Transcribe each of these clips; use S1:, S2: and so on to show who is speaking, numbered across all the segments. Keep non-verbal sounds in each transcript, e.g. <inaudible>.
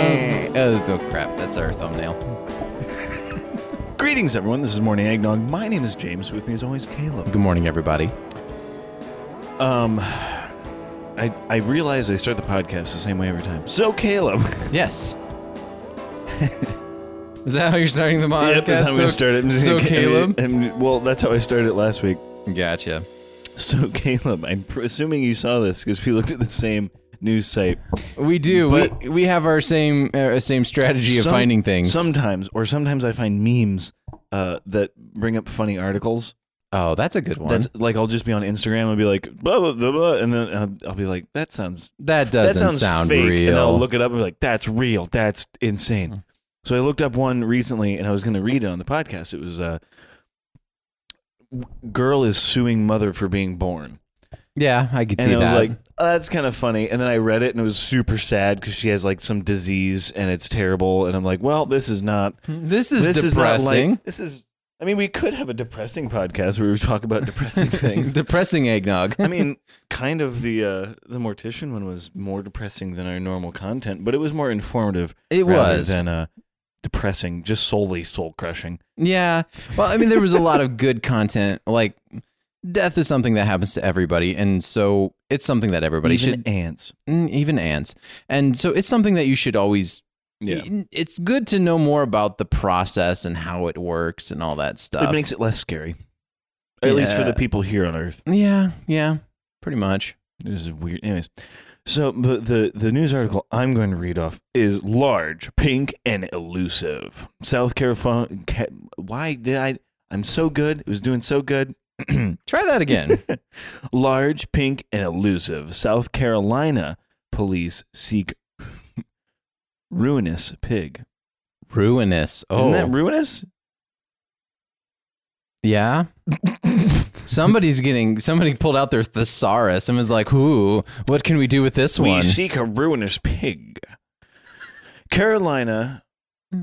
S1: Oh, oh crap, that's our thumbnail.
S2: Greetings, everyone. This is Morning Eggnog. My name is James. With me, as always, Caleb.
S1: Good morning, everybody.
S2: I, I realize I start the podcast the same way every time. So, <laughs> Caleb.
S1: Yes. <laughs> Is that how you're starting the podcast?
S2: that's how I'm going
S1: So-
S2: to start <laughs> it.
S1: So, Caleb.
S2: And, well, that's how I started last week.
S1: Gotcha.
S2: So, <laughs> Caleb, I'm pr- assuming you saw this because we looked at the same news site.
S1: We do.
S2: But-
S1: we, we have our same uh, same strategy of
S2: Some-
S1: finding things.
S2: Sometimes, or sometimes I find memes uh, that bring up funny articles.
S1: oh, that's a good one.
S2: That's like I'll just be on Instagram and be like blah blah blah, blah and then uh, I'll, I'll be like that sounds
S1: that doesn't
S2: that sounds
S1: sound
S2: fake.
S1: real.
S2: And I'll look it up and be like, that's real. That's insane. So I looked up one recently and I was going to read it on the podcast. It was uh, Girl is suing mother for being born.
S1: yeah, I could
S2: And
S1: see
S2: I was
S1: that.
S2: like, oh, that's kind of funny. And then I read it and it was super sad because she has like some disease and it's terrible. And I'm like, well, this is not.
S1: this is
S2: this
S1: depressing.
S2: is not like. This is. I mean, we could have a depressing podcast where we talk about depressing <laughs>
S1: <laughs>
S2: things.
S1: depressing eggnog.
S2: I mean, kind of the uh, the mortician one was more depressing than our normal content, but it was more informative.
S1: It
S2: rather
S1: was.
S2: than uh, depressing, just solely soul crushing.
S1: Yeah. Well, I mean, there was a lot of good content. Like, death is something that happens to everybody. And so it's something that everybody
S2: Even
S1: should,
S2: ants.
S1: mm, even ants. And so it's something that you should always, N- it's good to know more about the process and how it works and all that
S2: it
S1: stuff.
S2: makes it less scary. At least for
S1: Yeah.
S2: the people here on Earth.
S1: yeah. Yeah. Pretty much.
S2: This is weird. Anyways, so the the, the news article I'm going to read off is large, pink, and elusive. South Carolina. Ca- why did I? I'm so good. It was doing so good.
S1: Try that
S2: <laughs>
S1: again.
S2: large, pink, and elusive. South Carolina police seek ruinous pig.
S1: Ruinous. Oh,
S2: Isn't that ruinous? <laughs>
S1: yeah. Somebody's getting, somebody pulled out their thesaurus and was like, ooh, what can we do with this
S2: We
S1: one?
S2: seek a ruinous pig. Carolina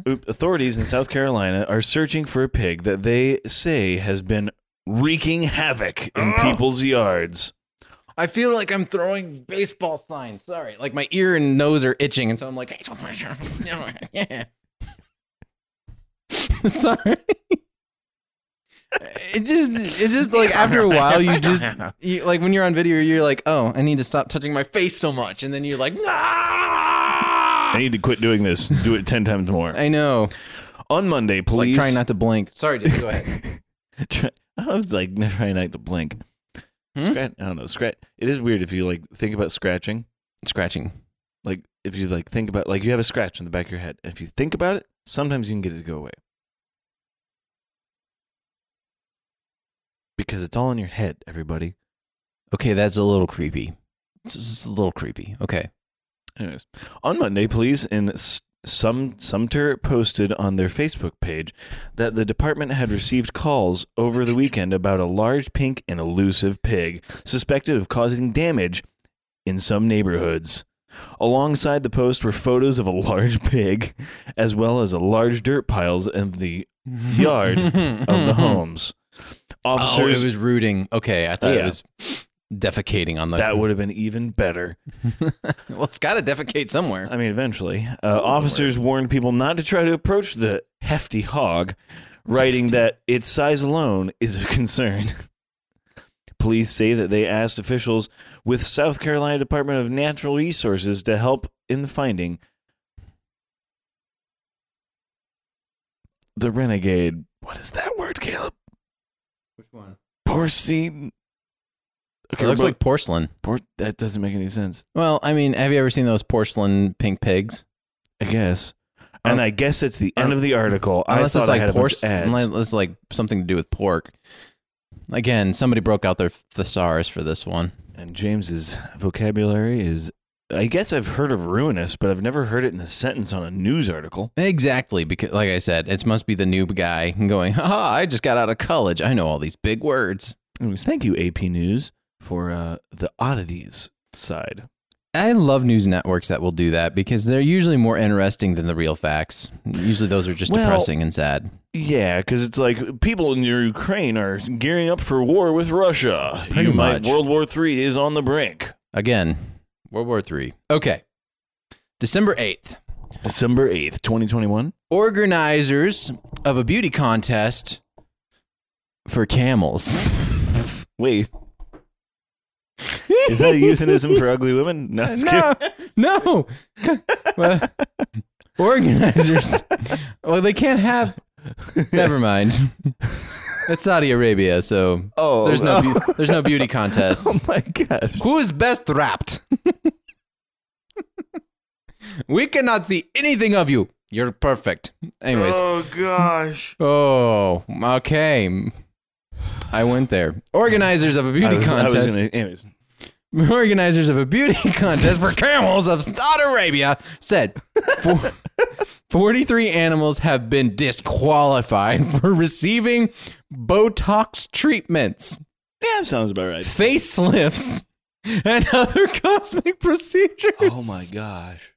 S2: oop, authorities in South Carolina are searching for a pig that they say has been wreaking havoc in people's yards.
S1: I feel like I'm throwing baseball signs. Sorry, like my ear and nose are itching, and so I'm like, <laughs> yeah. <laughs> Sorry. It just, it just like after a while, you just you, like when you're on video, you're like, oh, I need to stop touching my face so much, and then you're like,
S2: I
S1: nah!
S2: need to quit doing this. Do it 10 times more.
S1: I know.
S2: On Monday,
S1: Like
S2: police
S1: trying not to blink. Sorry, just go ahead.
S2: <laughs> Try- I was like <laughs> trying not to blink.
S1: Hmm?
S2: Scratch. I don't know. Scratch. It is weird if you like think about scratching.
S1: <laughs> Scratching.
S2: Like if you like think about like you have a scratch in the back of your head. If you think about it, sometimes you can get it to go away because it's all in your head. Everybody.
S1: Okay, that's a little creepy. It's just a little creepy. <laughs> Okay.
S2: Anyways, on Monday, police in S- some Sumter posted on their Facebook page that the department had received calls over the weekend about a large pink and elusive pig suspected of causing damage in some neighborhoods. Alongside the post were photos of a large pig, as well as a large dirt piles in the
S1: <laughs>
S2: yard of the homes.
S1: Oh,
S2: Officers
S1: it was rooting. Okay, I thought
S2: Uh, Yeah.
S1: it was defecating on the.
S2: that would have been even better.
S1: <laughs> well, it's got to defecate somewhere.
S2: I mean, eventually, uh, officers warned people not to try to approach the hefty hog, writing that its size alone is a concern. Police say that they asked officials with South Carolina Department of Natural Resources to help in the finding the renegade. What is that word, Caleb?
S1: Which one?
S2: Porcine. Okay,
S1: It looks
S2: but-
S1: like porcelain.
S2: por- that doesn't make any sense.
S1: Well, I mean, have you ever seen those porcelain pink pigs?
S2: I guess. And
S1: Um,
S2: I guess it's the end of the article. I
S1: Unless
S2: thought
S1: it's
S2: I
S1: like
S2: had a bunch of
S1: porcelain.
S2: ads.
S1: Unless it's like something to do with pork. Again, somebody broke out their thesaurus for this one.
S2: And James's vocabulary is I guess I've heard of ruinous, but I've never heard it in a sentence on a news article.
S1: Exactly, because like I said, it must be the noob guy <laughs> going, haha, I just got out of college. I know all these big words.
S2: Anyways, thank you, AP News, for uh, the oddities side.
S1: I love news networks that will do that because they're usually more interesting than the real facts. Usually those are just
S2: Well,
S1: depressing and sad.
S2: Yeah, because it's like people in your Ukraine are gearing up for war with Russia.
S1: Pretty
S2: you might
S1: much.
S2: World War III is on the brink.
S1: Again, World War Three. Okay. December 8th.
S2: December 8th, 2021.
S1: Organizers of a beauty contest for camels.
S2: Wait. <laughs>
S1: <laughs>
S2: Is that a euphemism for ugly women? No. just
S1: no,
S2: <laughs>
S1: no. Well, organizers. Well, they can't
S2: <laughs>
S1: have.
S2: kidding.
S1: Never mind. It's Saudi Arabia, so
S2: Oh,
S1: there's no
S2: oh.
S1: beau- there's no beauty contest.
S2: <laughs> Oh my gosh.
S1: Who is best
S2: <laughs>
S1: wrapped? we cannot see anything of you. You're perfect. Anyways.
S2: Oh gosh.
S1: Oh, okay. I went there. Organizers of a beauty
S2: I was, I was
S1: contest.
S2: gonna- anyways.
S1: <laughs> organizers of a beauty contest for camels of Saudi Arabia said "For- <laughs> 43 animals have been disqualified for receiving Botox treatments,
S2: Yeah, sounds about right.
S1: facelifts, and <laughs> other cosmetic procedures. <laughs>
S2: gosh.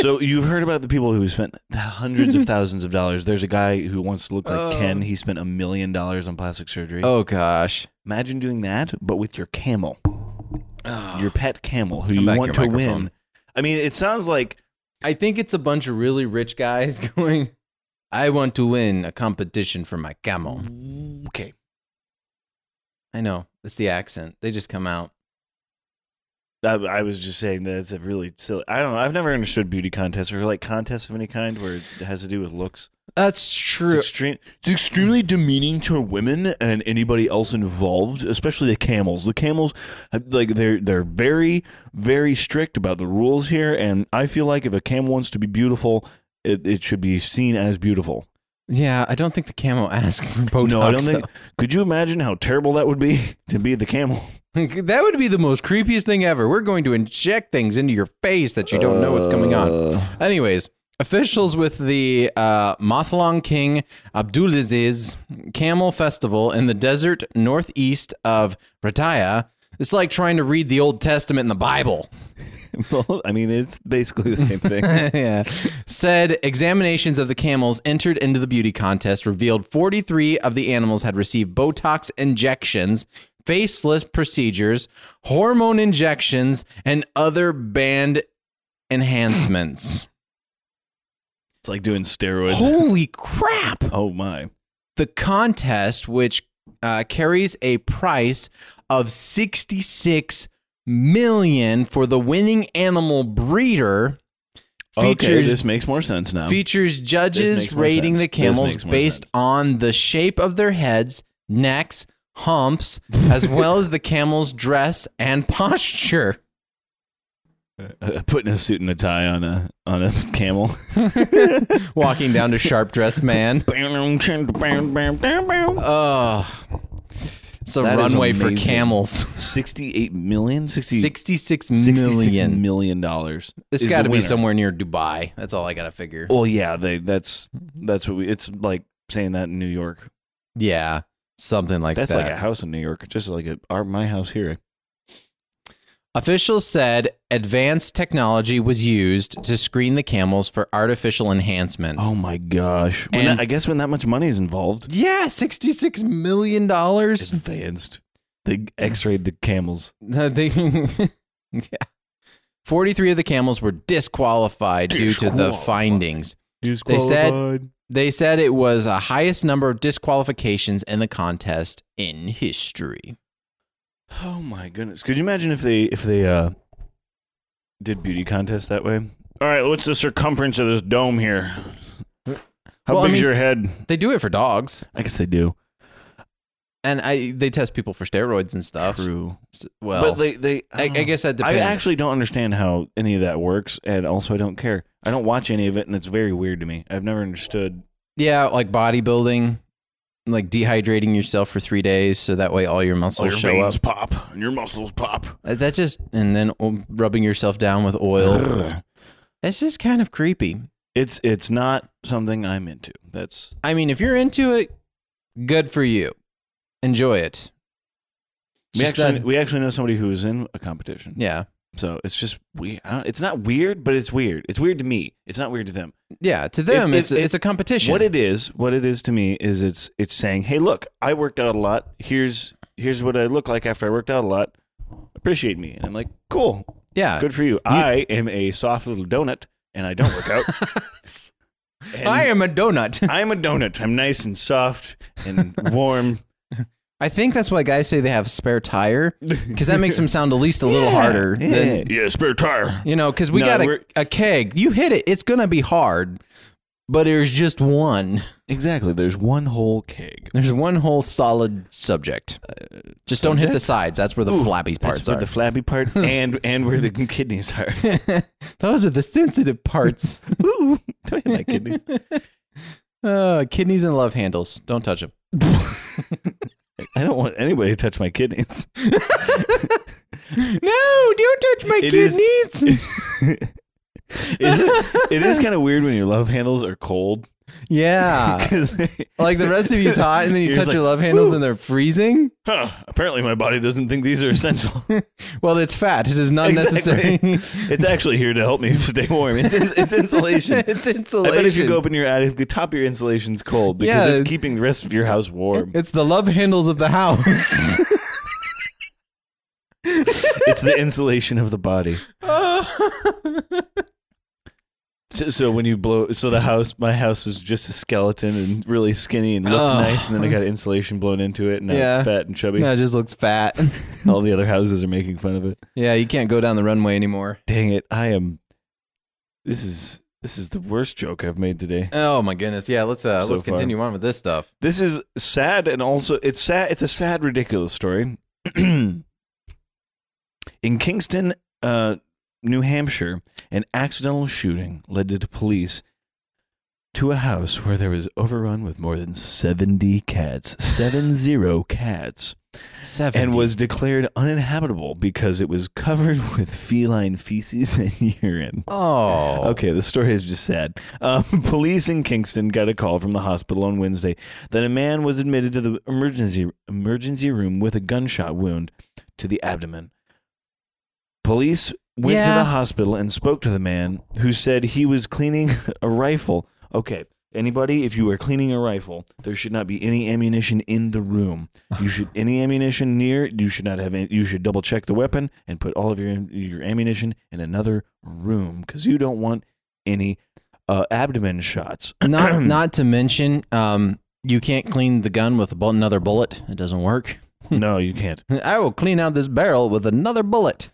S2: so you've heard about the people who spent th- hundreds of thousands of dollars. There's a guy who wants to look like
S1: Oh.
S2: Ken. He spent a million dollars on plastic surgery.
S1: Oh gosh.
S2: Imagine doing that, but with your camel,
S1: Ah.
S2: your pet camel, who
S1: Come
S2: you
S1: back
S2: want to
S1: your microphone.
S2: win. I mean, it sounds like
S1: I think it's a bunch of really rich guys <laughs> going, I want to win a competition for my camel.
S2: okay.
S1: I know. It's the accent. They just come out.
S2: I, I was just saying that it's a really silly. I don't know. I've never understood beauty contests or like contests of any kind where it has to do with looks.
S1: That's
S2: It's,
S1: true.
S2: extreme, it's extremely demeaning to women and anybody else involved, especially the camels. The camels, have- like they're they're very very strict about the rules here, and I feel like if a camel wants to be beautiful, it, it should be seen as beautiful.
S1: Yeah, I don't think the camel <laughs> asked for Botox.
S2: no, I don't think. <laughs> Could you imagine how terrible that would be <laughs> to be the camel?
S1: think <laughs> that would be the most creepiest thing ever. We're going to inject things into your face that you don't know what's coming on. Anyways, officials with the uh, Monthlong King Abdulaziz Camel Festival in the desert northeast of Rataya. It's like trying to read the Old Testament in the Bible.
S2: well, I mean, it's basically the same <laughs> thing.
S1: yeah. Said examinations of the camels entered into the beauty contest revealed 43 of the animals had received Botox injections, facelift procedures, hormone injections, and other band
S2: <laughs>
S1: enhancements.
S2: it's like doing steroids.
S1: Holy crap!
S2: oh my!
S1: The contest, which uh, carries a price of 66 million for the winning animal breeder,
S2: okay,
S1: features
S2: this makes more sense now.
S1: features
S2: Um, makes
S1: judges
S2: more
S1: rating
S2: sense.
S1: the
S2: This
S1: camels
S2: makes more
S1: based
S2: sense.
S1: on the shape of their heads, necks, humps,
S2: <laughs>
S1: as well as the camel's dress and posture.
S2: Uh, <laughs> putting a suit and a tie on a on a <laughs> camel.
S1: Walking down to sharp dressed man. Oh, it's a
S2: That is
S1: runway for
S2: amazing.
S1: camels.
S2: 68 million 60,
S1: 66
S2: 66
S1: million.
S2: million dollars
S1: It's
S2: is
S1: got to
S2: the
S1: be
S2: winner. Oh.
S1: somewhere near Dubai. That's all I got to figure.
S2: well yeah they that's that's what we it's like saying that in new york
S1: Yeah, something like
S2: that's
S1: that.
S2: like a house in new york just like a, our my house here
S1: Officials said advanced technology was used to screen the camels for artificial enhancements.
S2: oh my gosh When
S1: And-
S2: that- i guess when that much money is involved
S1: Yeah, sixty-six million dollars.
S2: advanced they x-rayed the camels
S1: They, <laughs> yeah, forty-three of the camels were disqualified due to the
S2: Disqualified.
S1: findings. They said- They said it was the highest number of disqualifications in the contest in history.
S2: oh my goodness could you imagine if they if they uh did beauty contests that way all right what's the circumference of this dome here how
S1: Well, I
S2: big's
S1: mean-
S2: your head
S1: They do it for dogs,
S2: i guess they do
S1: and I they test people for steroids and stuff.
S2: true
S1: S- Well,
S2: but they they uh,
S1: um, I, I
S2: don't know.
S1: guess that
S2: I
S1: depends.
S2: actually don't understand how any of that works, and also I don't care. I don't watch any of it, and it's very weird to me. I've never understood.
S1: yeah, like bodybuilding, like dehydrating yourself for three days so that way all your muscles show up.
S2: pop and your muscles pop.
S1: Uh, That just and then um, rubbing yourself down with oil. It's just kind of creepy.
S2: It's it's not something I'm into. That's
S1: I mean, if you're into it, good for you. Enjoy it. It's
S2: we
S1: just
S2: actually
S1: that-
S2: we actually know somebody who was in a competition.
S1: yeah,
S2: So it's just we. I don't- It's not weird, but it's weird. It's weird to me. It's not weird to them.
S1: yeah. To them,
S2: It-
S1: it's
S2: it-
S1: it's a competition.
S2: What it is, what it is to me is it's it's saying, "Hey, look, I worked out a lot. Here's here's what I look like after I worked out a lot. Appreciate me." And I'm like, "Cool.
S1: Yeah.
S2: Good for you. I am a soft little donut, and I don't work out. <laughs> And
S1: I am a donut.
S2: I'm a donut. I'm nice and soft and <laughs> warm.
S1: <laughs> I think that's why guys say they have spare
S2: <laughs>
S1: tire because that makes them sound at least a little harder
S2: Yeah.
S1: than
S2: yeah, spare tire.
S1: you know. Because we
S2: No,
S1: got a,
S2: we're-
S1: a keg. You hit it. It's gonna be hard, but there's just one. <laughs>
S2: Exactly. There's one whole keg.
S1: There's one whole solid subject. Just don't hit the sides. That's where the flabby parts
S2: Uh, That's where
S1: are.
S2: the flabby <laughs> part and and where the kidneys <laughs> are.
S1: Those are <laughs> the sensitive parts.
S2: Ooh, don't hit my <laughs> kidneys.
S1: uh, kidneys and love handles. Don't touch them.
S2: I don't want anybody to touch my kidneys.
S1: No, don't touch my
S2: It is-
S1: kidneys.
S2: <laughs> Is it,
S1: <laughs>
S2: it is kind of weird when your love handles are cold.
S1: yeah.
S2: 'Cause-
S1: <laughs> Like the rest of you's hot, and then you
S2: You're
S1: touch
S2: just like,
S1: your love handles
S2: "Woo."
S1: and they're freezing. <laughs>
S2: huh, apparently, my body doesn't think these are essential.
S1: Well, it's fat. It is not
S2: <laughs> Exactly.
S1: necessary.
S2: It's actually here to help me <laughs> stay warm. It's, ins- it's <laughs> insulation.
S1: it's
S2: I
S1: insulation.
S2: bet if you go up in your attic, the top of your insulation's cold because
S1: Yeah.
S2: it's keeping the rest of your house warm.
S1: it's the love handles of the
S2: <laughs>
S1: house. <laughs>
S2: it's the insulation of the body. So, so when you blow, so the house, my house was just a skeleton and really skinny and looked
S1: Oh.
S2: nice, and then I
S1: <laughs>
S2: got insulation blown into it, and now
S1: Yeah.
S2: it's fat and chubby.
S1: no, it just looks fat. <laughs>
S2: All the other houses are making fun of it.
S1: Yeah, you can't go down the runway anymore.
S2: Dang it! I am. This is this is the worst joke I've made today.
S1: Oh my goodness. Yeah, let's uh,
S2: So
S1: let's
S2: far.
S1: continue on with this stuff.
S2: This is sad and also it's sad it's a sad ridiculous story. <clears throat> In Kingston, uh, New Hampshire, an accidental shooting led to the police to a house where there was overrun with more than 70 cats, 70 cats,
S1: Seven.
S2: and was declared uninhabitable because it was covered <laughs> with feline feces and urine.
S1: oh
S2: Okay, the story is just sad. Um, <laughs> police in Kingston got a call from the hospital on Wednesday that a man was admitted to the emergency emergency room with a gunshot wound to the abdomen. Police went to
S1: Yeah.
S2: the hospital and spoke to the man, who said he was cleaning <laughs> a rifle. Okay, anybody, if you are cleaning a rifle, there should not be any ammunition in the room. You should any ammunition near. You should not have. Any, you should double check the weapon and put all of your your ammunition in another room because you don't want any uh, abdomen shots.
S1: Not <clears throat> not to mention, um, you can't clean the gun with a bu- another bullet. It doesn't work. <laughs>
S2: no, you can't.
S1: I will clean out this barrel with another <laughs> bullet.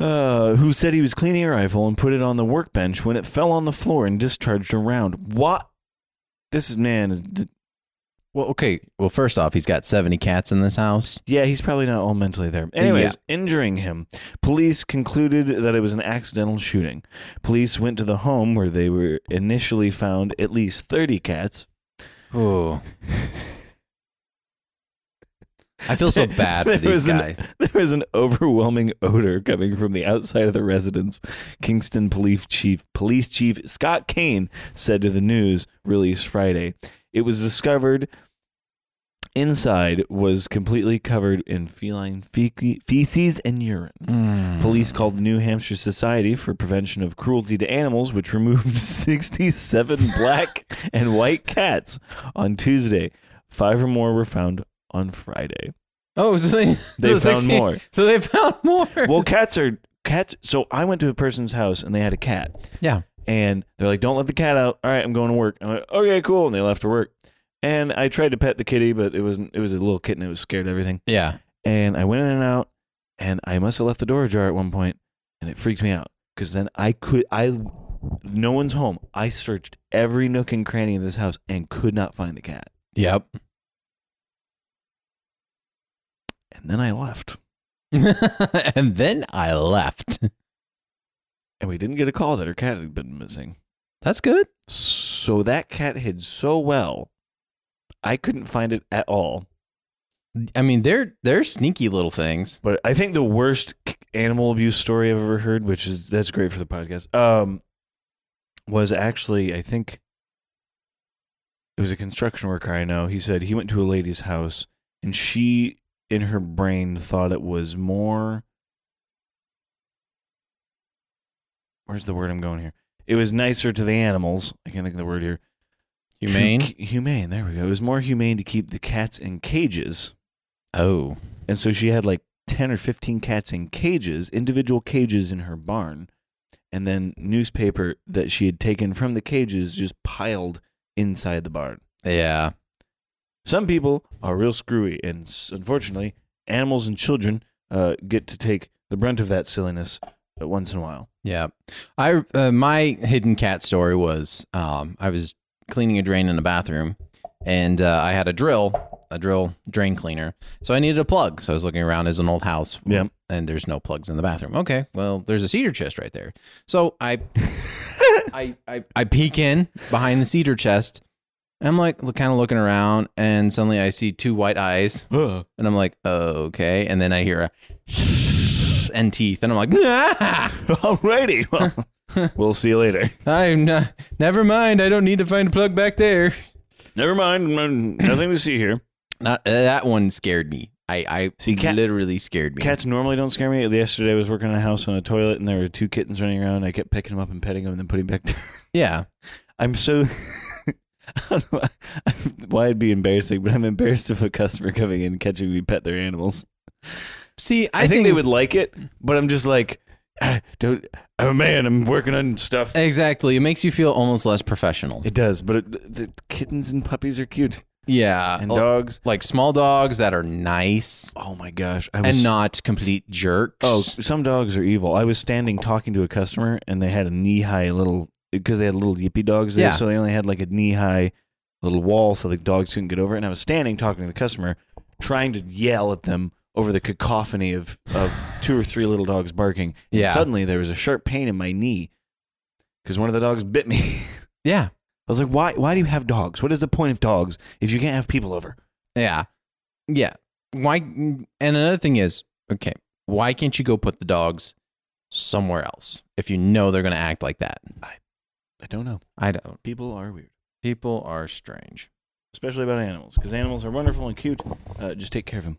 S2: Uh, who said he was cleaning a rifle and put it on the workbench when it fell on the floor and discharged a round? What? This is man. is-
S1: Well, okay. Well, first off, he's got seventy cats in this house.
S2: Yeah, he's probably not all mentally there. Anyways, injuring him, police concluded that it was an accidental shooting. Police went to the home where they were initially found at least 30 cats.
S1: Oh. I feel <laughs> so bad for
S2: There
S1: these
S2: was an-
S1: guys.
S2: <laughs> There was an overwhelming odor coming from the outside of the residence. Kingston Police Chief Police Chief Scott Kane said to the news release Friday. It was discovered inside was completely covered in feline fe- feces and urine.
S1: Mm.
S2: Police called the New Hampshire Society for Prevention of Cruelty to Animals, which removed <laughs> 67 black and white cats on Tuesday. Five or more were found on Friday.
S1: Oh, so they, <laughs>
S2: They
S1: so
S2: found
S1: 16
S2: more.
S1: So they found more.
S2: Well, cats are cats. So I went to a person's house and they had a cat,
S1: yeah.
S2: and they're like, "Don't let the cat out." All right, I'm going to work. I'm like, "Okay, cool," and they left for work. And I tried to pet the kitty, but it wasn't. It was a little kitten. It was scared of everything.
S1: Yeah.
S2: and I went in and out, and I must have left the door ajar at one point, and it freaked me out because then I could I no one's home. I searched every nook and cranny of this house and could not find the cat,
S1: Yep.
S2: and then I left,
S1: <laughs> and then I left.
S2: and we didn't get a call that her cat had been missing.
S1: That's good.
S2: So that cat hid so well, I couldn't find it at all.
S1: I mean, they're they're sneaky little <laughs> things.
S2: But I think the worst c- animal abuse story I've ever heard, which is that's great for the podcast, um, was actually I think it was a construction worker I know. He said he went to a lady's house and she, in her brain, thought it was more. Where's the word I'm going here? It was nicer to the animals. I can't think of the word here. to
S1: Humane.
S2: k- humane. There we go. It was more humane to keep the cats in cages
S1: Oh.
S2: and so she had like 10 or 15 cats in cages, individual cages in her barn, and then newspaper that she had taken from the cages just piled inside the barn.
S1: Yeah.
S2: Some people are real screwy, and s- unfortunately, animals and children uh, get to take the brunt of that silliness uh, once in a while.
S1: Yeah. I uh, my hidden cat story was um, I was cleaning a drain in the bathroom and uh, I had a drill, a drill drain cleaner. So I needed a plug. So I was looking around as an old house.
S2: Yeah.
S1: And there's no plugs in the bathroom. Okay. Well, there's a cedar chest right there. So I I, I I peek in behind the cedar chest. And I'm like kind of looking around and suddenly I see two white eyes and I'm like, "Okay." And then I hear a <laughs> and teeth and I'm like, <laughs> "Nah!"
S2: <laughs> Alrighty. <laughs> Well, we'll see you later.
S1: I'm not. Never mind. I don't need to find a plug back there.
S2: Never mind. mm, Nothing to see here.
S1: Not uh, that one scared me. I I
S2: See, cat-
S1: literally scared me.
S2: Cats normally don't scare me. Yesterday I was working on a house on a toilet and there were two kittens running around. I kept picking them up and petting them and then putting them back down. <laughs>
S1: yeah.
S2: I'm so. <laughs> I don't know why- why it'd be embarrassing, but I'm embarrassed if a customer coming in and catching me pet their animals.
S1: See, I,
S2: I, think, they would like it, but I'm just like, "Ah, don't. I'm a man. I'm working on stuff.
S1: exactly. It makes you feel almost less professional.
S2: It does, but it, the kittens and puppies are cute,
S1: yeah.
S2: and
S1: Oh,
S2: dogs.
S1: Like small dogs that are nice
S2: Oh my gosh! I was
S1: and not complete jerks.
S2: Oh, some dogs are evil. I was standing talking to a customer, and they had a knee high little because they had little yippy dogs there,
S1: Yeah.
S2: so they only had like a knee high little wall, so the dogs couldn't get over. it. And I was standing talking to the customer, trying to yell at them over the cacophony of of two or three little dogs barking. And
S1: Yeah.
S2: suddenly there was a sharp pain in my knee because one of the dogs bit me. <laughs> I
S1: yeah.
S2: was like, why? Why do you have dogs? What is the point of dogs if you can't have people over?
S1: Yeah. Yeah. Why? And another thing is, okay, why can't you go put the dogs somewhere else if you know they're going to act like that?
S2: I don't know.
S1: I don't.
S2: People are weird.
S1: People are strange.
S2: especially about animals, because animals are wonderful and cute. Uh, just take care of them.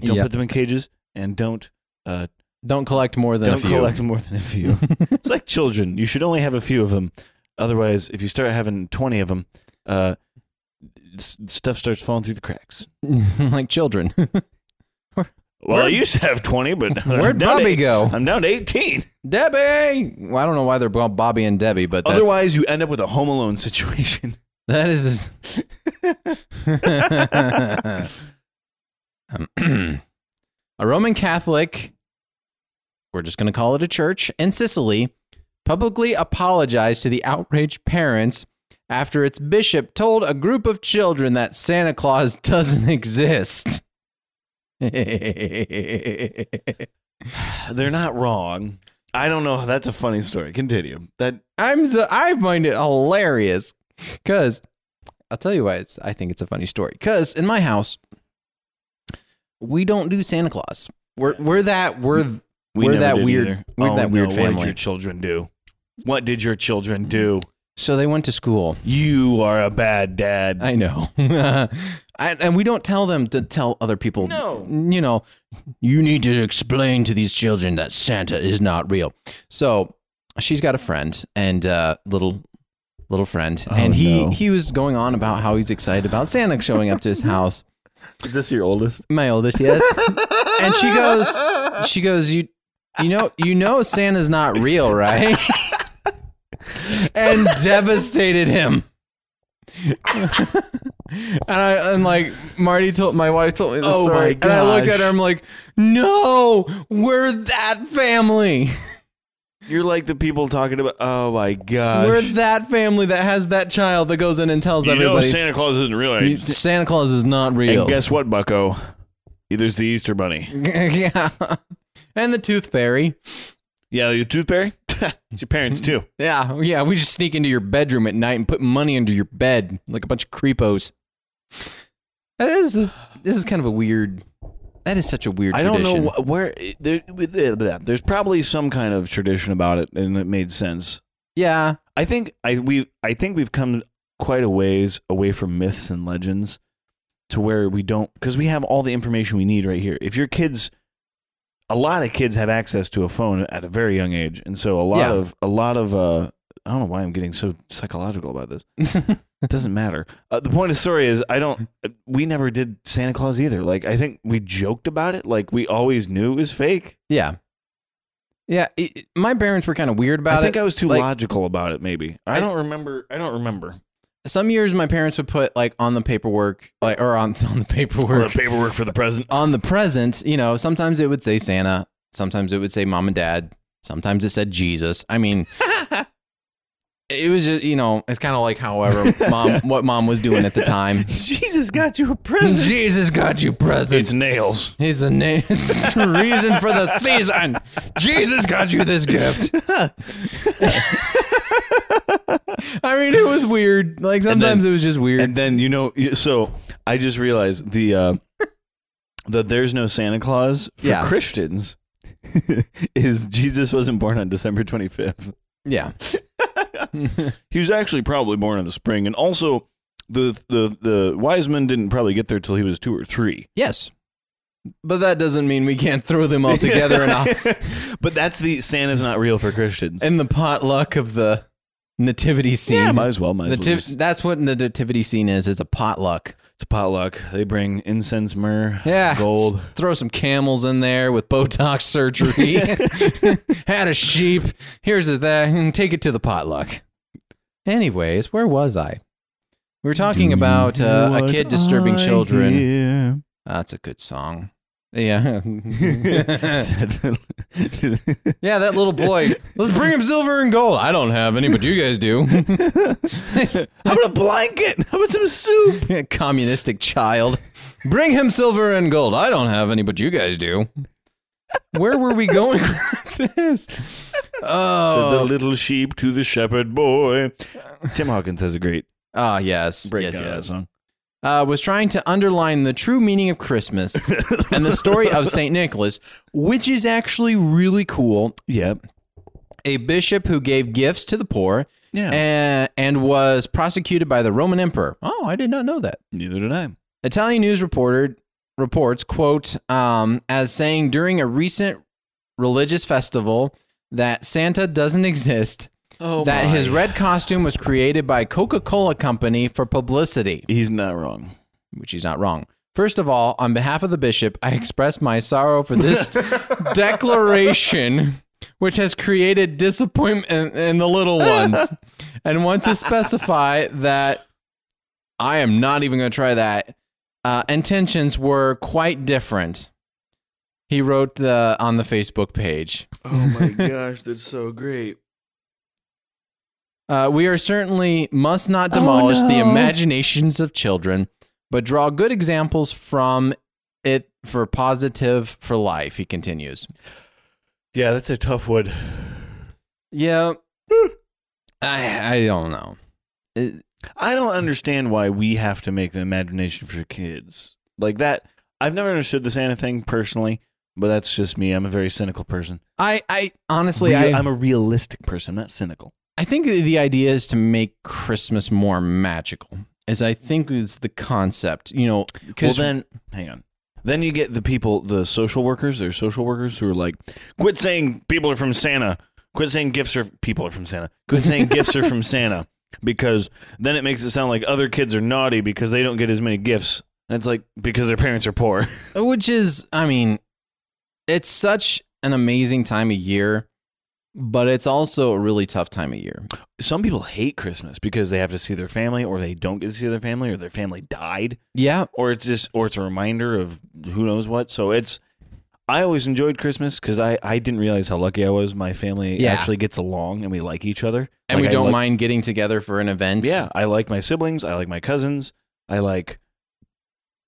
S2: Don't
S1: Yeah.
S2: put them in cages, and don't uh,
S1: Don't collect more than
S2: don't
S1: a few.
S2: collect more than a few.
S1: <laughs>
S2: it's like children; you should only have a few of them. Otherwise, if you start having twenty of them, uh, s- stuff starts falling through the cracks.
S1: <laughs> like children.
S2: Well, I
S1: Where'd-
S2: used to have twenty, but I'm
S1: Where'd
S2: down to
S1: Bobby
S2: eight-
S1: go?
S2: I'm down to eighteen.
S1: Debbie. Well, I don't know why they're called Bobby and Debbie, but that,
S2: Otherwise, you end up with a home
S1: <laughs>
S2: alone situation.
S1: that is. Um, <laughs> a Roman Catholic, we're just going to call it a church in Sicily, publicly apologized to the outraged parents after its bishop told a group of children that Santa Claus <laughs> doesn't exist. <laughs>
S2: They're not wrong. I don't know. That's a funny story. Continue. That
S1: I'm so, I find it hilarious because I'll tell you why it's I think it's a funny story because in my house we don't do Santa Claus. We're we're that we're
S2: We
S1: We're
S2: never
S1: that
S2: did
S1: weird-
S2: either.
S1: we're
S2: oh,
S1: that
S2: no.
S1: weird
S2: What did
S1: family.
S2: your children do? What did your children do?
S1: so they went to school.
S2: You are a bad dad.
S1: I know, <laughs> I, and we don't tell them to tell other people.
S2: No.
S1: you know, you need to explain to these children that Santa is not real. So she's got a friend and uh, little little friend,
S2: Oh,
S1: and he
S2: no.
S1: he was going on about how he's excited about Santa showing up to
S2: <laughs>
S1: his house.
S2: Is this your oldest?
S1: my oldest
S2: <laughs>
S1: yes and she goes she goes you you know you know santa's not real
S2: <laughs>
S1: right and devastated him and I and like Marty told my wife told me this
S2: Oh
S1: story,
S2: my
S1: and I looked at
S2: gosh.
S1: her. I'm like, no, we're that family.
S2: You're like the people talking about. Oh my gosh.
S1: We're that family that has that child that goes in and tells
S2: you know
S1: everybody
S2: Santa Claus isn't real.
S1: "You-
S2: Right?
S1: Santa Claus is not real.
S2: And guess what, Bucko? Either's the Easter Bunny.
S1: <laughs> yeah, and the Tooth Fairy.
S2: Yeah, your tooth fairy. <laughs> it's your
S1: <laughs>
S2: parents too.
S1: Yeah, yeah, we just sneak into your bedroom at night and put money under your bed like a bunch of creepos. This is this is kind of a weird. That is such a weird.
S2: I don't
S1: tradition.
S2: know wh- where there, with- uh, blah. there's probably some kind of tradition about it, and it made sense. <laughs>
S1: Yeah,
S2: I think I we I think we've come quite a ways away from myths and legends to where we don't because we have all the information we need right here. If your kids, a lot of kids have access to a phone at a very young age, and so a lot
S1: Yeah.
S2: of a lot of uh, I don't know why I'm getting so psychological about this. it doesn't matter. Uh, the point of the story is I don't. uh, We never did Santa Claus either. Like I think we joked about it. Like we always knew it was fake.
S1: Yeah. Yeah. It, it- my parents were kind of weird about
S2: I think
S1: it.
S2: I was too
S1: like-
S2: logical about it. Maybe I,
S1: I-
S2: don't remember. I don't remember.
S1: Some years my parents would put like on the paperwork, like or on <laughs> on the
S2: Or the
S1: paperwork
S2: paperwork for the present.
S1: on the present. You know, sometimes it would say Santa, sometimes it would say Mom and Dad, sometimes it said Jesus. I <laughs> mean. It was just, you know, it's kind of like however <laughs> mom, what mom was doing at the
S2: <laughs>
S1: time.
S2: Jesus got you a present.
S1: Jesus got you presents.
S2: It's nails.
S1: He's the name. <laughs> It's the reason for the season. Jesus got you this <laughs> gift. I mean, it was weird. Like sometimes it was just weird.
S2: And then you know, you- so I just realized the uh, <laughs> that there's no Santa Claus for
S1: Yeah.
S2: Christians <laughs> is Jesus wasn't born on December 25th.
S1: yeah,
S2: He was actually probably born in the spring, and also the the the wise men didn't probably get there till he was two or three.
S1: yes, but that doesn't mean we can't throw them <laughs> all together in, a,
S2: <laughs> But that's the Santa's not real for Christians.
S1: in the potluck of the nativity scene.
S2: yeah, might as well. Might as well
S1: Nativ-
S2: just-
S1: that's what the nativity scene is. It's a potluck.
S2: it's a potluck. They bring incense, myrrh,
S1: Yeah,
S2: gold.
S1: s- Throw some camels in there with Botox <laughs> surgery. Had a sheep. Here's a thing. Take it to the potluck. Anyways, where was I? We were talking
S2: Do
S1: about
S2: you
S1: uh,
S2: know
S1: a kid disturbing
S2: what I
S1: children.
S2: hear?
S1: <laughs> Ah, that's a good song. Yeah, <laughs>
S2: Said the-
S1: yeah. That little boy. Let's bring him silver and gold. I don't have any, but you guys do.
S2: How about a blanket? How about some
S1: <laughs>
S2: soup?
S1: Communistic child. Bring him silver and gold. I don't have any, but you guys do. Where were we going with this?
S2: Said the
S1: Oh,
S2: little sheep to the shepherd boy. Tim Hawkins has a great
S1: ah, yes, yes,
S2: breakdown of that
S1: yes.
S2: song.
S1: Uh, was trying to underline the true meaning of Christmas and the story of Saint Nicholas, which is actually really cool.
S2: Yeah.
S1: A bishop who gave gifts to the poor
S2: Yeah.
S1: and, and was prosecuted by the Roman emperor. Oh, I did not know that.
S2: Neither did I.
S1: Italian news reported reports quote um, as saying during a recent religious festival that Santa doesn't exist.
S2: Oh,
S1: that his red costume was created by Coca-Cola company for publicity,
S2: He's not wrong.
S1: which he's not wrong. First of all, on behalf of the bishop, I express my sorrow for this declaration, which has created disappointment in the little ones, and want to specify that I am not even going to try that. Uh, intentions were quite different. He wrote the on the Facebook page.
S2: Oh my <laughs> gosh, that's so great.
S1: Uh, we are certainly must not
S2: Oh,
S1: demolish the
S2: no.
S1: imaginations of children, but draw good examples from it for positive for life. He continues.
S2: Yeah, that's a tough one.
S1: Yeah, Hmm. I I don't know.
S2: I don't understand why we have to make the imagination for kids like that. I've never understood the Santa thing personally, but that's just me. I'm a very cynical person.
S1: I I honestly
S2: Real-
S1: I
S2: I'm a realistic person. I'm not cynical.
S1: I think the idea is to make Christmas more magical. As I think is the concept, you know,
S2: Well,
S1: because
S2: then hang on. Then you get the people, the social workers. They're social workers who are like, quit saying people are from Santa. Quit saying gifts are people are from Santa. Quit saying gifts are from Santa because then it makes it sound like other kids are naughty because they don't get as many gifts. And it's like because their parents are poor. <laughs>
S1: which is i mean it's such an amazing time of year but it's also a really tough time of year
S2: Some people hate Christmas because they have to see their family, or they don't get to see their family, or their family died.
S1: yeah
S2: or it's just or it's a reminder of who knows what. So it's I always enjoyed Christmas because I I didn't realize how lucky I was. My family
S1: Yeah.
S2: actually gets along and we like each other,
S1: and
S2: Like,
S1: we
S2: I
S1: don't
S2: like-
S1: mind getting together for an event
S2: Yeah, I like my siblings. I like my cousins. I like.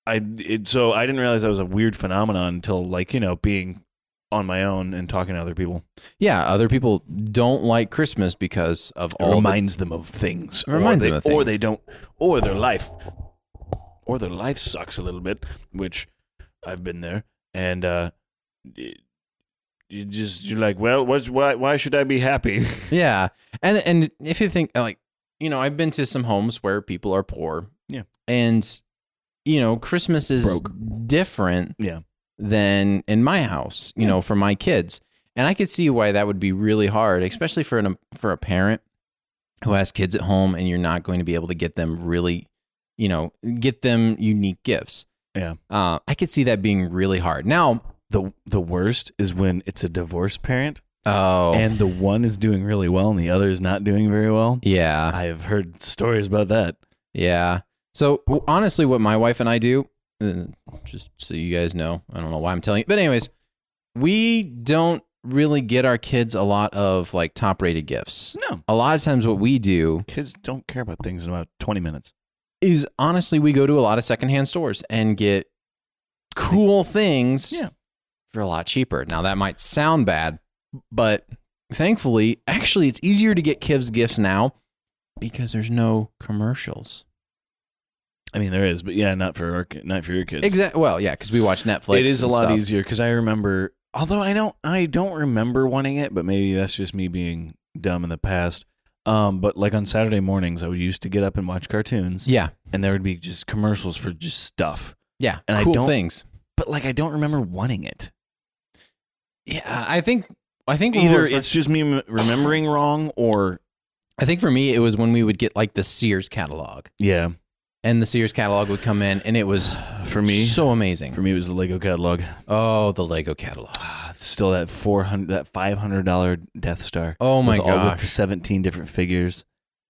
S2: I it, so I didn't realize that was a weird phenomenon until like you know being on my own and talking to other people.
S1: yeah other people don't like christmas because of
S2: It
S1: all the-
S2: reminds them of things.
S1: It reminds
S2: or they,
S1: them of
S2: Or
S1: things.
S2: they don't. Or their life. Or their life sucks a little bit, which I've been there. And uh, y- you just you're like, well, what's, why why should I be happy? <laughs>
S1: yeah and and if you think like you know i've been to some homes where people are poor
S2: Yeah.
S1: and you know christmas is
S2: Broke.
S1: different
S2: Yeah.
S1: than in my house you
S2: Yeah.
S1: know um, for my kids and i could see why that would be really hard especially for an for a parent who has kids at home and you're not going to be able to get them really, you know, get them unique gifts.
S2: Yeah.
S1: Uh, I could see that being really hard. Now,
S2: The the worst is when it's a divorced parent
S1: oh,
S2: and the one is doing really well and the other is not doing very well.
S1: yeah,
S2: I have heard stories about that.
S1: yeah. So w- honestly, what my wife and I do, uh, just so you guys know, I don't know why I'm telling you, but anyways, we don't really get our kids a lot of like top rated gifts.
S2: No.
S1: A lot of times, what we do
S2: Kids don't care about things in about 20 minutes.
S1: is honestly, we go to a lot of secondhand stores and get cool things
S2: Yeah.
S1: for a lot cheaper. Now, that might sound bad, but thankfully, actually, it's easier to get kids gifts now because there's no commercials.
S2: I mean, there is, but yeah, not for our, ki- not for your kids.
S1: Exactly. Well, yeah, because we watch Netflix.
S2: it is a
S1: and
S2: lot
S1: stuff.
S2: easier because I remember. Although I don't, I don't remember wanting it, but maybe that's just me being dumb in the past. Um, but like on Saturday mornings, I would used to get up and watch cartoons,
S1: Yeah.
S2: and there would be just commercials for just stuff.
S1: Yeah.
S2: And I
S1: cool
S2: don't-
S1: things.
S2: But like, I don't remember wanting it.
S1: Yeah. I think, I think when we
S2: Either
S1: were fir-
S2: it's just me m- remembering wrong, or
S1: I think for me, it was when we would get like the Sears catalog
S2: yeah,
S1: and the Sears catalog would come in and it was
S2: <sighs> for me,
S1: so amazing.
S2: for me, it was the Lego catalog.
S1: Oh, the Lego catalog.
S2: Ah, Still that four hundred, that five hundred dollar Death Star.
S1: Oh my
S2: with all, with
S1: gosh.
S2: the seventeen different figures,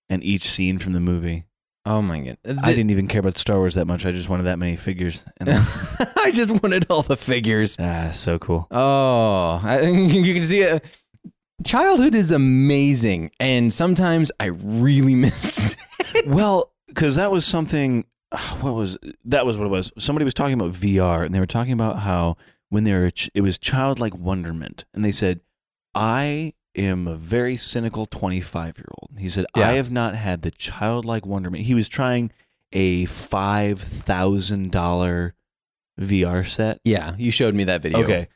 S2: and each scene from the movie.
S1: Oh my god.
S2: I
S1: <laughs>
S2: didn't even care about Star Wars that much. I just wanted that many figures. And <laughs> then-
S1: I just wanted all the figures.
S2: ah, so cool.
S1: Oh, I, <laughs> you can see it. Childhood is amazing, and sometimes I really <laughs> miss.
S2: Well, because that was something. ah, What was that? Was what it was. Somebody was talking about VR, and they were talking about how when they were, a ch- it was childlike wonderment, and they said, "I am a very cynical twenty-five-year-old." He said,
S1: Yeah.
S2: "I have not had the childlike wonderment." He was trying a five thousand dollar VR set.
S1: yeah, you showed me that video.
S2: Okay.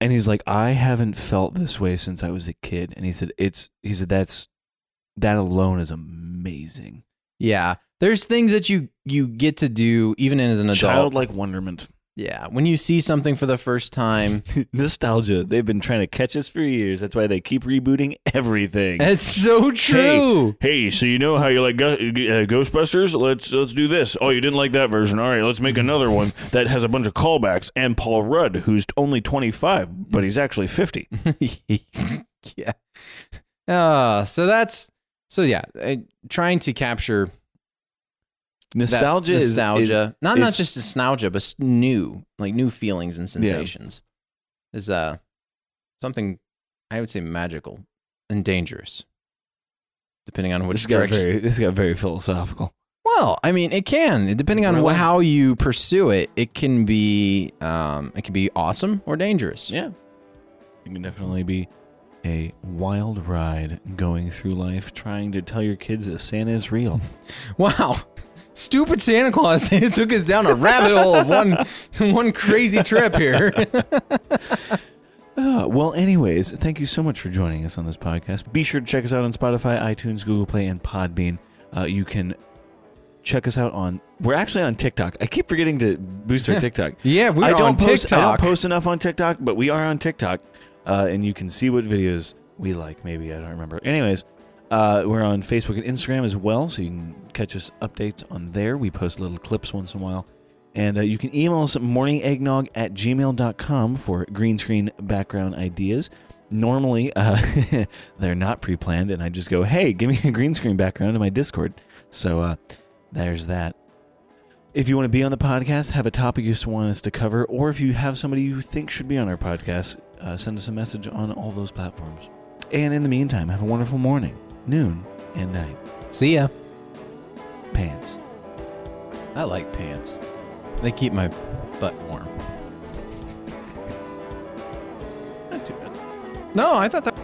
S2: And he's like, I haven't felt this way since I was a kid. And he said, it's, he said, that's, that alone is amazing.
S1: Yeah, there's things that you you get to do even as an adult.
S2: Childlike wonderment. <laughs>
S1: Yeah, when you see something for the first time,
S2: Nostalgia. They've been trying to catch us for years. That's why they keep rebooting everything.
S1: it's so true.
S2: Hey, so you know how you like Go- uh, Ghostbusters? Let's let's do this. Oh, you didn't like that version. All right, let's <laughs> make another one that has a bunch of callbacks and Paul Rudd, who's only 25, but he's actually 50.
S1: <laughs> yeah. Uh, so that's so yeah, uh, trying to capture that
S2: Nostalgia, is-
S1: nostalgia.
S2: is
S1: not not
S2: is-
S1: just nostalgia, but s- new, like new feelings and sensations, is uh something I would say magical and dangerous, depending on which
S2: this got
S1: direction.
S2: very this got very philosophical.
S1: well, I mean, it can depending on
S2: Really?
S1: wh- how you pursue it. It can be um, it can be awesome or dangerous.
S2: Yeah. It can definitely be a wild ride going through life trying to tell your kids that Santa is real.
S1: Wow. <laughs> Stupid Santa Claus <laughs> took us down a rabbit hole of one <laughs> one crazy trip here. <laughs>
S2: Uh, well, anyways, thank you so much for joining us on this podcast. Be sure to check us out on Spotify, iTunes, Google Play, and Podbean. Uh, you can check us out on. We're actually on TikTok. I keep forgetting to boost our TikTok.
S1: yeah, we
S2: I
S1: are
S2: don't
S1: on
S2: post, I
S1: TikTok.
S2: don't post enough on TikTok, but we are on TikTok, uh, and you can see what videos we like. Maybe I don't remember. Anyways, uh, we're on Facebook and Instagram as well, so you can catch us updates on there. We post little clips once in a while. And uh, you can email us at morningeggnog at gmail.com for green screen background ideas. Normally, <laughs> uh, they're not pre planned, and I just go, hey, give me a green screen background in my Discord. So uh, there's that. If you want to be on the podcast, have a topic you just want us to cover, or if you have somebody you think should be on our podcast, uh, send us a message on all those platforms. And in the meantime, have a wonderful morning, noon, and night.
S1: See ya.
S2: Pants.
S1: I like pants. They keep my butt warm.
S2: Not too bad.
S1: No, I thought that.